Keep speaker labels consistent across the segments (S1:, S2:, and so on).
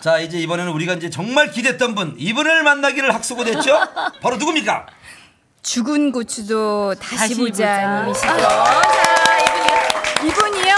S1: 자 이제 이번에는 우리가 이제 정말 기대했던 분 이분을 만나기를 학수고됐죠 바로 누굽니까?
S2: 죽은 고추도 다시,
S3: 다시 보자.
S2: 보자님이시죠. 아, 자, 이분이요. 이분이요.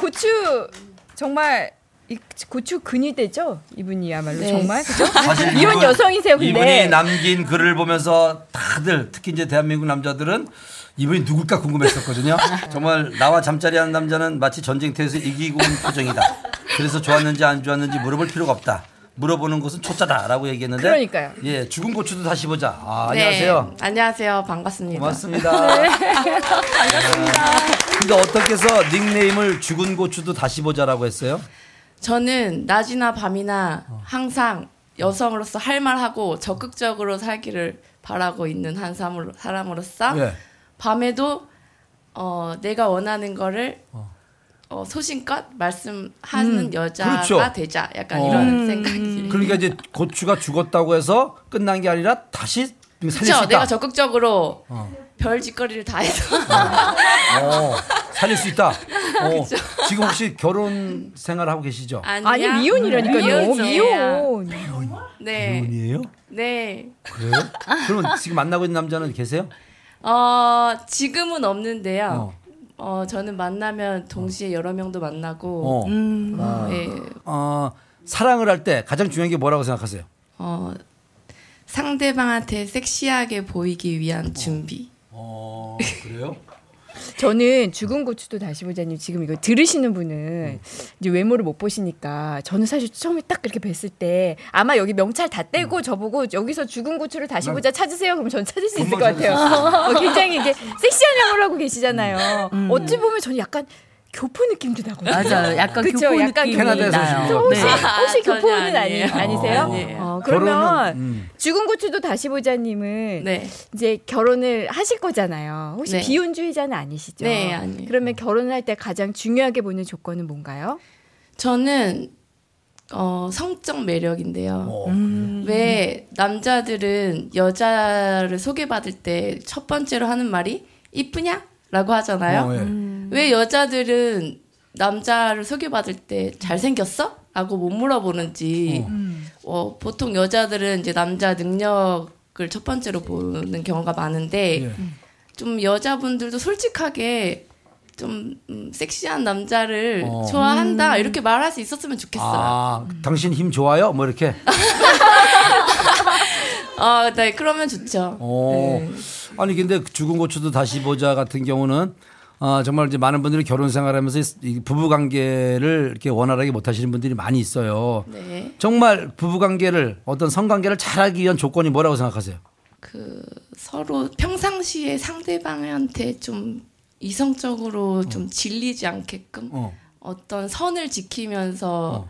S2: 고추 정말 이 고추 근위대죠. 이분이야말로
S3: 네.
S2: 정말 그죠?
S1: 사실
S2: 아, 이혼
S1: 이분-
S2: 여성이세요, 근데.
S1: 이분이 남긴 글을 보면서 다들 특히 이제 대한민국 남자들은 이분이 누굴까 궁금했었거든요. 정말 나와 잠자리하는 남자는 마치 전쟁터에서 이기고 온 표정이다. 그래서 좋았는지 안 좋았는지 물어볼 필요가 없다. 물어보는 것은 초짜다라고 얘기했는데.
S2: 그러니까요. 네.
S1: 예, 죽은 고추도 다시 보자. 아, 안녕하세요.
S3: 네, 안녕하세요. 반갑습니다.
S1: 고맙습니다. 반갑습니다. 근데 어떻게 해서 닉네임을 죽은 고추도 다시 보자라고 했어요?
S3: 저는 낮이나 밤이나
S1: 어.
S3: 항상 여성으로서 할 말하고 적극적으로 살기를 바라고 있는 한 사람으로- 사람으로서
S1: 예.
S3: 밤에도 어, 내가 원하는 거를 어, 소신껏 말씀하는 여자가
S1: 그렇죠.
S3: 되자 약간
S1: 어.
S2: 음.
S3: 이런 생각이
S1: 그러니까 이제 고추가 죽었다고 해서 끝난 게 아니라 다시 살릴 수
S3: 그렇죠.
S1: 있다.
S3: 내가 적극적으로 별 짓거리를 다 해서
S1: 어, 살릴 수 있다. 어, 지금 혹시 결혼 생활 하고 계시죠?
S3: 아니야.
S2: 아니 미혼이라니까요.
S3: 미혼이에요.
S2: 미혼.
S3: 네.
S1: 결혼이에요?
S3: 네.
S1: 그래요? 그럼 지금 만나고 있는 남자는 계세요?
S3: 어, 지금은 없는데요. 어, 저는 만나면 동시에 여러 명도 만나고,
S1: 어.
S3: 예,
S1: 어, 사랑을 할 때 가장 중요한 게 뭐라고 생각하세요?
S3: 어, 상대방한테 섹시하게 보이기 위한 준비.
S1: 어, 그래요?
S2: 저는 죽은 고추도 다시 보자님 지금 이거 들으시는
S4: 음.
S2: 분은 이제 외모를 못 보시니까 저는 사실 처음에 딱 그렇게 뵀을 때 아마 여기 명찰 다 떼고
S4: 음.
S2: 저보고 여기서 죽은 고추를 다시 보자 찾으세요. 그럼 저는 찾을 수 있을 것
S1: 금방 찾을
S2: 같아요. 어, 굉장히 이게 섹시한 양을 하고 계시잖아요. 어찌 보면 저는 약간 교포 느낌도 나거든요.
S4: 음. 맞아, 약간
S2: 그쵸,
S4: 교포
S2: 약간
S4: 느낌이
S1: 캐나다에서
S4: 나요.
S1: 오신
S2: 혹시,
S4: 네.
S2: 혹시
S3: 아, 전혀
S2: 교포는 아니,
S3: 아니에요.
S2: 아니세요?
S3: 어, 아니에요.
S2: 어, 그러면
S1: 결혼은, 음.
S2: 죽은 고추도 다시 보자님은
S3: 네.
S2: 이제 결혼을 하실 거잖아요. 혹시
S3: 네.
S2: 비혼주의자는 아니시죠?
S3: 네, 아니에요.
S2: 그러면 결혼할 때 가장 중요하게 보는 조건은 뭔가요?
S3: 저는, 어, 성적 매력인데요. 음.
S1: 어.
S3: 왜 남자들은 여자를 소개받을 때 첫 번째로 하는 말이, 이쁘냐? 라고 하잖아요. 음.
S1: 어, 예.
S3: 왜 여자들은 남자를 소개받을 때 잘생겼어? 라고 못 물어보는지 어, 보통 여자들은 이제 남자 능력을 첫 번째로 보는 경우가 많은데
S1: 예.
S3: 좀 여자분들도 솔직하게 좀 음, 섹시한 남자를
S1: 어.
S3: 좋아한다 이렇게 말할 수 있었으면 좋겠어요.
S1: 아, 당신 힘 좋아요? 뭐 이렇게.
S3: 아, 네 그러면 좋죠.
S1: 어.
S3: 네.
S1: 아니 근데 죽은 고추도 다시 보자 같은 경우는 아, 정말 이제 많은 분들이 결혼 생활하면서 이 부부 관계를 이렇게 원활하게 못 하시는 분들이 많이 있어요.
S3: 네.
S1: 정말 부부 관계를 어떤 성 관계를 잘하기 위한 조건이 뭐라고 생각하세요?
S3: 그 서로 평상시에 상대방한테 좀 이성적으로 좀 질리지 않게끔
S1: 어.
S3: 어떤 선을 지키면서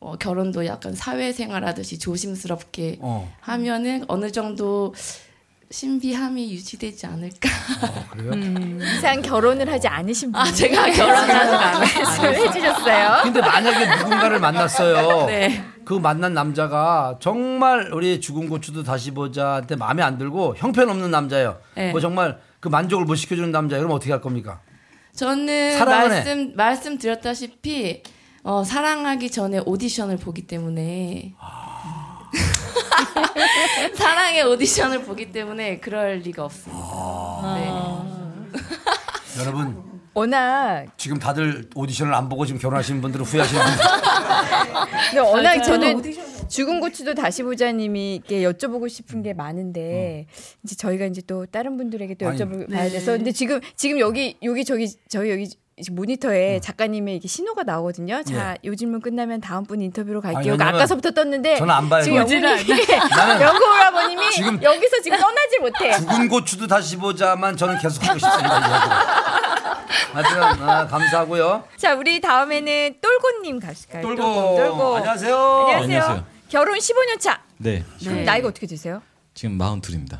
S3: 어, 결혼도 약간 사회생활 하듯이 조심스럽게
S1: 어.
S3: 하면은 어느 정도 신비함이 유지되지 않을까.
S1: 어, 그래요?
S3: 음.
S2: 이상 결혼을 하지 않으신 분
S3: 아 제가 결혼을 하지
S2: 말씀을 해주셨어요.
S1: 근데 만약에 누군가를 만났어요.
S3: 네.
S1: 그 만난 남자가 정말 우리 죽은 고추도 다시 보자한테 마음에 안 들고 형편없는 남자예요.
S3: 네.
S1: 뭐 정말 그 만족을 못 시켜주는 남자 그럼 어떻게 할 겁니까?
S3: 저는
S1: 사랑을
S3: 말씀 말씀드렸다시피 어, 사랑하기 전에 오디션을 보기 때문에
S1: 아.
S3: 사랑의 오디션을 보기 때문에 그럴 리가 없습니다.
S1: 아.
S3: 네.
S1: 여러분
S2: 워낙
S1: 지금 다들 오디션을 안 보고 지금 결혼하시는 분들은 후회하시는 분들.
S2: 근데 워낙 저는 죽은 고추도 다시 보자님이 이렇게 여쭤보고 싶은 게 많은데 이제 저희가 이제 또 다른 분들에게 또
S1: 어. 아니.
S2: 여쭤봐야 돼서 근데 지금 지금 여기 여기 저기 저희 여기 지금
S1: 어.
S2: 모니터에 작가님의 이게 신호가 나오거든요. 자, 요 질문 끝나면 다음 분 인터뷰로 갈게요.
S1: 네. 왜냐면
S2: 아까서부터 떴는데
S1: 저는 안 봐요,
S2: 지금
S1: 이거.
S2: 영국님이
S1: 나는
S2: 영국 오라버님이
S1: 지금-
S2: 여기서 지금 떠나질 못해.
S1: 죽은 고추도 다시 보자만 저는 계속 하고 싶습니다. 이 얘기를. 하여튼 아, 감사하고요.
S2: 자, 우리 다음에는 똘고님 가실까요?
S1: 똘고.
S2: 똘고.
S1: 안녕하세요.
S2: 안녕하세요.
S5: 안녕하세요.
S2: 결혼 15년 차.
S5: 네,
S2: 그럼 나이가 어떻게 되세요?
S5: 지금 42입니다.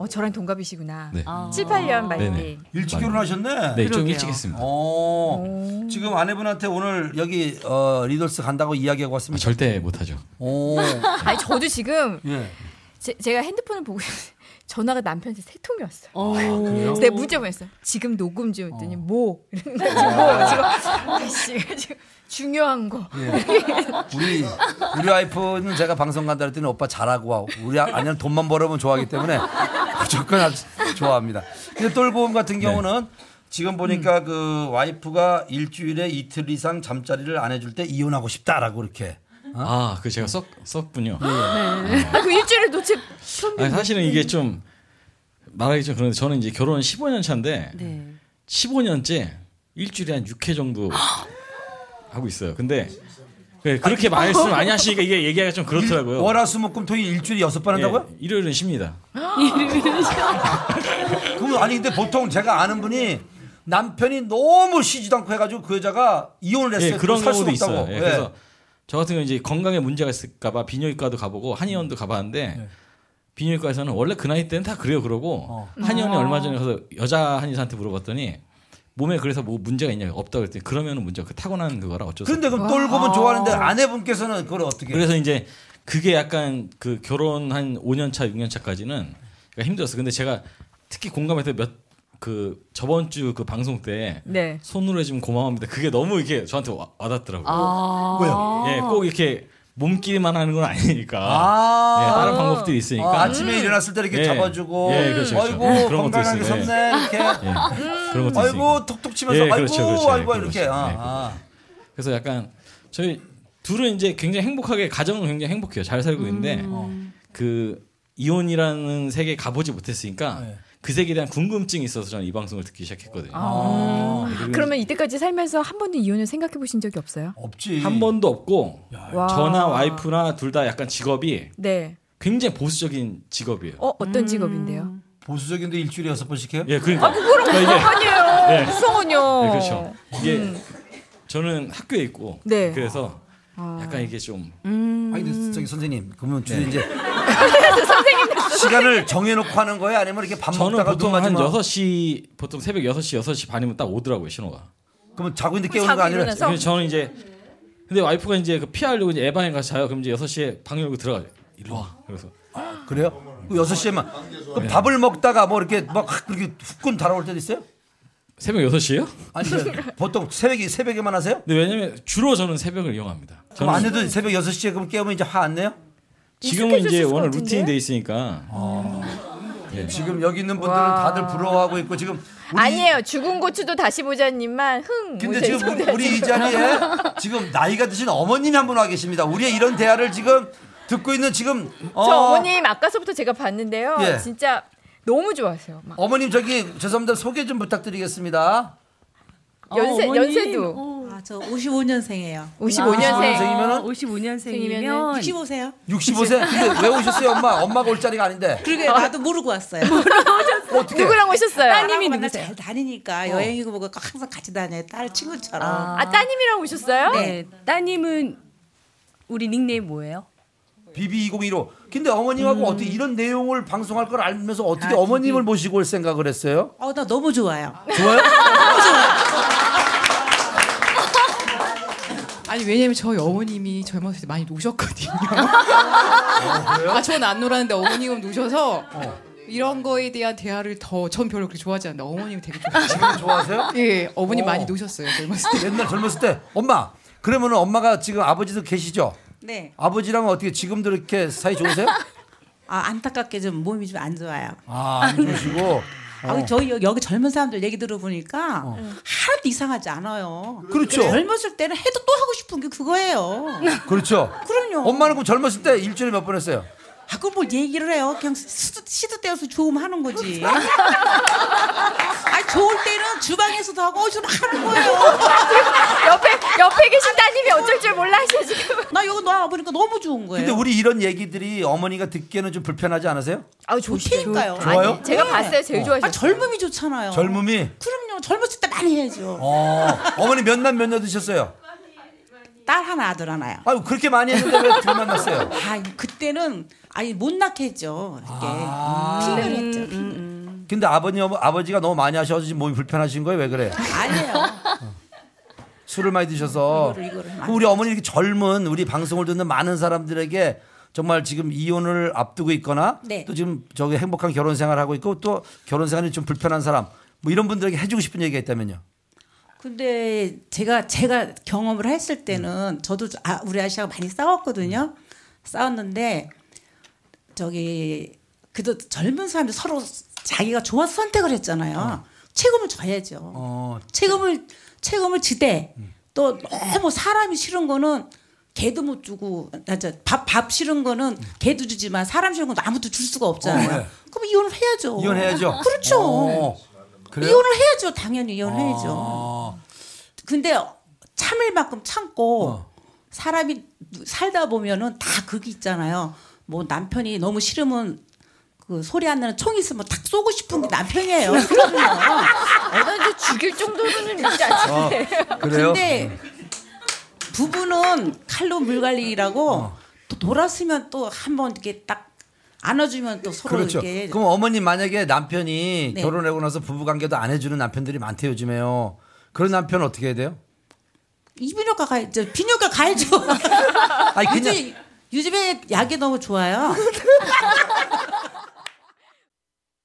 S2: 어, 저랑 동갑이시구나.
S5: 네,
S2: 7, 8년 말기.
S5: 네네.
S1: 일찍 결혼하셨네.
S5: 네, 좀 일찍 했습니다.
S1: 오, 지금 아내분한테 오늘 여기 어, 리돌스 간다고 이야기하고
S5: 아,
S1: 왔습니다.
S5: 절대 못하죠.
S1: 오,
S2: 아니 저도 지금
S1: 예.
S2: 제, 가 핸드폰을 보고 있는데 전화가 남편한테 세 통이 왔어요.
S4: 어.
S2: 그래서 내가 문자 보냈어요. 지금 녹음 좀 했더니 뭐 이러는 거지 뭐 지금 아씨 지금 중요한 거.
S1: 우리 우리 와이프는 제가 방송 간다 할 때는 오빠 잘하고 와. 우리 아- 아내는 돈만 벌어면 좋아하기 때문에 무조건 아주 좋아합니다. 근데 똘보험
S5: 네.
S1: 같은 경우는 지금
S5: 음.
S1: 보니까 그 와이프가 일주일에 이틀 이상 잠자리를 안 해줄 때 이혼하고 싶다라고 이렇게.
S5: 아, 그 제가 썩 썼군요.
S2: 아, 그 일주일에 도대체 평균
S5: 아니, 사실은 이게 좀 말하기 좀 그런데 저는 이제 결혼 15년 차인데
S4: 네.
S5: 15년째 일주일에 한 6회 정도 하고 있어요. 근데 네, 그렇게 말씀 많이 하시니까 이게 얘기하기가 좀 그렇더라고요.
S1: 월화수목금 토일 일주일에 여섯 번 한다고요?
S5: 예, 일요일은 쉽니다. 예.
S1: 그럼 아니 근데 보통 제가 아는 분이 남편이 너무 쉬지도 않고 해가지고 그 여자가 이혼을
S5: 예,
S1: 했어요.
S5: 그런
S1: 살 수가
S5: 경우도
S1: 없다고. 네.
S5: 있어요. 예, 그래서 저 같은 경우 이제 건강에 문제가 있을까봐 비뇨기과도 가보고 한의원도 가봤는데
S1: 네.
S5: 비뇨기과에서는 원래 그 나이 때는 다 그래요 그러고
S1: 어.
S5: 한의원에 얼마 전에 가서 여자 한의사한테 물어봤더니 몸에 그래서 뭐 문제가 있냐 없다 그랬더니 그러면은 문제 그 타고난 그거라 어쩔 수 없다.
S1: 그런데 그럼 똘보면 좋아하는데 아내분께서는 그걸 어떻게?
S5: 예. 그래서 이제 그게 약간 그 결혼 한 5년 차, 6년 차까지는 그러니까 힘들었어. 근데 제가 특히 공감해서 몇 그 저번 주 그 방송 때
S2: 네.
S5: 손으로 해주면 고마워합니다. 그게 너무 이게 저한테 와, 와닿더라고요.
S4: 아.
S1: 왜요?
S5: 예, 꼭 이렇게 몸끼리만 하는 건 아니니까.
S1: 아.
S5: 예, 다른 방법들이 있으니까.
S1: 아, 아침에 일어났을 때 이렇게
S5: 예.
S1: 잡아주고
S5: 예, 그렇죠, 그렇죠.
S1: 아이고
S5: 예, 그런 것도
S1: 건강하게
S5: 있어요. 예.
S1: 섭네 이렇게
S5: 예, 그런 것도 있으니까.
S1: 아이고 톡톡 치면서
S5: 예, 그렇죠,
S1: 아이고
S5: 그렇죠.
S1: 아이고
S5: 예,
S1: 이렇게
S5: 그렇죠.
S1: 아,
S5: 예, 그렇죠.
S1: 아.
S5: 그래서 약간 저희 둘은 이제 굉장히 행복하게 가정은 굉장히 행복해요. 잘 살고 있는데
S1: 음.
S2: 어.
S5: 그 이혼이라는 세계에 가보지 못했으니까
S1: 네.
S5: 그 세계에 대한 궁금증이 있어서 저는 이 방송을 듣기 시작했거든요.
S1: 아.
S5: 그리고
S2: 그러면 이때까지 살면서 한 번도 이혼을 생각해 보신 적이 없어요?
S1: 없지
S5: 한 번도 없고
S2: 와.
S5: 저나 와이프나 둘 다 약간 직업이
S2: 네.
S5: 굉장히 보수적인 직업이에요.
S2: 어 어떤 직업인데요?
S1: 보수적인데 일주일에 여섯 번씩 해요
S5: 예,
S2: 아,
S5: 그러니까.
S2: 아니에요.
S5: 예.
S2: 무서워요.
S5: 네, 그렇죠. 이게 저는 학교에 있고
S2: 음. 네. 아.
S5: 그래서 약간 이게 좀
S1: 음. 아니 근데 저기 선생님 그러면 주로
S5: 네.
S1: 이제 시간을 정해놓고 하는 거예요 아니면 이렇게 밥
S5: 저는
S1: 먹다가 눈
S5: 보통 한
S1: 맞으면
S5: 6시 보통 새벽 6시 6시 반이면 딱 오더라고요, 신호가.
S1: 그러면 자고 있는데 깨우는 거
S2: 자고
S1: 아니라
S2: 일어나서? 그래서-
S5: 그래서 저는 이제 근데 와이프가 이제 그 피하려고 이제 에방에 가서 자요. 그럼 이제 6시에 방 열고 들어가요. 일로 와. 그래서
S1: 그래요 그 여섯 시에만 그럼
S5: 네.
S1: 밥을 먹다가 뭐 이렇게 막 확 이렇게 후끈 달아올 때도 있어요
S5: 새벽 6시요?
S1: 아니 그러니까 보통 새벽에 새벽에만 하세요
S5: 근데 왜냐면 주로 저는 새벽을 이용합니다.
S1: 그럼
S5: 저는
S1: 아내도 새벽 여섯 시에 그럼 깨우면 이제 화 안 내요
S5: 지금은 이제
S2: 익숙해졌을 것
S5: 워낙
S2: 같은데?
S5: 루틴이 돼 있으니까
S1: 지금 여기 있는 분들은 다들 부러워하고 있고 지금 우리
S2: 아니에요. 죽은 고추도 다시 보자님만 흥.
S1: 근데
S2: 모자 이
S1: 지금
S2: 정도야,
S1: 우리 이
S2: 지금.
S1: 자리에 지금 나이가 드신 어머님이 한 분 와 계십니다. 우리의 이런 대화를 지금 듣고 있는 지금 어,
S2: 저 어머님 아까서부터 제가 봤는데요.
S1: 예.
S2: 진짜 너무 좋아하세요. 막
S1: 어머님 저기 죄송합니다 소개 좀 부탁드리겠습니다.
S2: 연세-
S4: 어머님.
S2: 연세도.
S4: 어. 아,
S6: 아, 저 55년생이에요.
S2: 55년생.
S1: 선생님은
S4: 55년생이면
S6: 65세요?
S1: 65세. 근데 왜 오셨어요 엄마? 엄마가 올 자리가 아닌데 뭐
S6: 그러게 나도 모르고 왔어요.
S1: 어떻게?
S2: 누구랑 오셨어요?
S6: 따님이 맨날 잘 다니니까 여행이고 뭐고 항상 같이 다녀요. 딸 친구처럼.
S2: 아 따님이랑 오셨어요?
S4: 네. 따님은 우리 닉네임 뭐예요?
S1: BB 2015. 근데
S2: 음.
S1: 어머님하고 어떻게 이런 내용을 방송할 걸 알면서 어떻게
S6: 아,
S1: 어머님을 모시고 올 생각을 했어요?
S6: 어, 나 너무 좋아요.
S1: 좋아요?
S7: 아니 왜냐면 저희 어머님이 젊었을 때 많이 노셨거든요. 아, 저는 안 놀았는데 어머님은 노셔서 이런 거에 대한 대화를 더 전 별로 그렇게 좋아하지 않는데 어머님 되게 좋아하시고
S1: 지금 좋아하세요?
S7: 예, 어머님
S1: 어.
S7: 많이 노셨어요 젊었을 때.
S1: 옛날 젊었을 때 엄마. 그러면 엄마가 지금 아버지도 계시죠?
S6: 네.
S1: 아버지랑 어떻게 지금도 이렇게 사이 좋으세요?
S6: 아, 안타깝게 좀 몸이 좀 안 좋아요.
S1: 아, 안 좋으시고. 어,
S6: 아, 저희 여기, 여기 젊은 사람들 얘기 들어보니까 하나도 이상하지 않아요.
S1: 그렇죠.
S6: 젊었을 때는 해도 또 하고 싶은 게 그거예요.
S1: 그렇죠.
S6: 그럼요.
S1: 엄마는 그럼 젊었을 때 일주일에 몇 번 했어요?
S6: 아, 그럼 뭘 얘기를 해요. 그냥 시도, 시도 때어서 좋음하는 거지. 아, 좋을 때는 주방에서도 하고 어디서 하는 거예요.
S2: 옆에 옆에 계신 따님이 어쩔 줄 몰라 하셔 지금.
S6: 나 이거 놔보니까 너무 좋은 거예요.
S1: 근데 우리 이런 얘기들이 어머니가 듣기에는 좀 불편하지 않으세요?
S2: 아우
S6: 좋으니까요.
S1: 좋아요?
S2: 아니, 제가
S6: 네.
S2: 봤어요. 제일 좋아하셨어요.
S6: 아, 젊음이 좋잖아요.
S1: 젊음이.
S6: 그럼요. 젊었을 때 많이 해야죠.
S1: 어, 어머니 몇 남 몇 녀 드셨어요?
S6: 딸 하나, 아들 하나요.
S1: 아유, 그렇게 많이 했는데 왜 둘 만났어요?
S6: 아, 그때는 아니 못 낳게 했죠. 이렇게
S1: 아.
S6: 핑을 했죠. 핑을.
S1: 근데 아버님, 어머- 아버지가 너무 많이 하셔서 지금 몸이 불편하신 거예요? 왜 그래요?
S6: 아니에요.
S1: 술을 많이 드셔서. 어.
S6: 이거를, 이거를 많이
S1: 그 그럼 우리 어머니 이렇게 젊은 우리 방송을 듣는 많은 사람들에게 정말 지금 이혼을 앞두고 있거나
S6: 네.
S1: 또 지금 저기 행복한 결혼 생활 하고 있고 또 결혼 생활이 좀 불편한 사람 뭐 이런 분들에게 해주고 싶은 얘기가 있다면요.
S6: 근데 제가 제가 경험을 했을 때는 저도 아, 우리 아시아가 많이 싸웠거든요. 싸웠는데 저기 그래도 젊은 사람들 서로 자기가 좋아서 선택을 했잖아요. 책임을 져야죠.
S1: 어,
S6: 책임을 책임을 지되 또 너무 사람이 싫은 거는 개도 못 주고 밥밥 밥 싫은 거는 개도 주지만 사람 싫은 건 아무도 줄 수가 없잖아요.
S1: 어, 네.
S6: 그럼 예. 이혼을 해야죠.
S1: 이혼해야죠.
S6: 그렇죠.
S1: 어, 그래요?
S6: 이혼을 해야죠. 당연히 이혼해야죠.
S1: 어,
S6: 근데 참을 만큼 참고
S1: 어.
S6: 사람이 살다 보면은 다 그게 있잖아요. 뭐 남편이 너무 싫으면 그 소리 안 나는 총 있으면 탁 쏘고 싶은 게 남편이에요. 그러면
S2: 애들 아, 죽일 정도로는 있지 않지.
S1: 어, 그래요?
S6: 네. 근데 부부는 칼로 물 갈리라고
S1: 어.
S6: 또 놀았으면 또 한 번 이렇게 딱 안아주면 또 서로
S1: 그렇죠.
S6: 이렇게
S1: 그럼 어머니 만약에 남편이
S6: 네.
S1: 결혼하고 나서 부부관계도 안 해주는 남편들이 많대요 요즘에요. 그런 남편 어떻게 해야 돼요?
S6: 이비인후과 가야죠. 비뇨과
S1: 아,
S6: 가야죠.
S1: 아니 그냥
S6: 요즘 요즘에 약이 너무 좋아요.